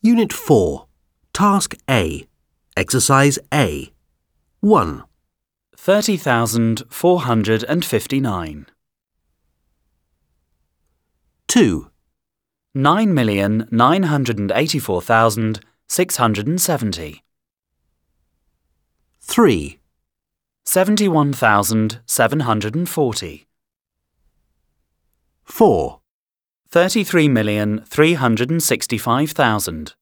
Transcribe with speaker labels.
Speaker 1: Unit 4. Task A. Exercise A. 1.
Speaker 2: 30,459.
Speaker 1: 2.
Speaker 2: 9,984,670.
Speaker 1: 3.
Speaker 2: 71,740.
Speaker 1: 4.
Speaker 2: 33,365,000.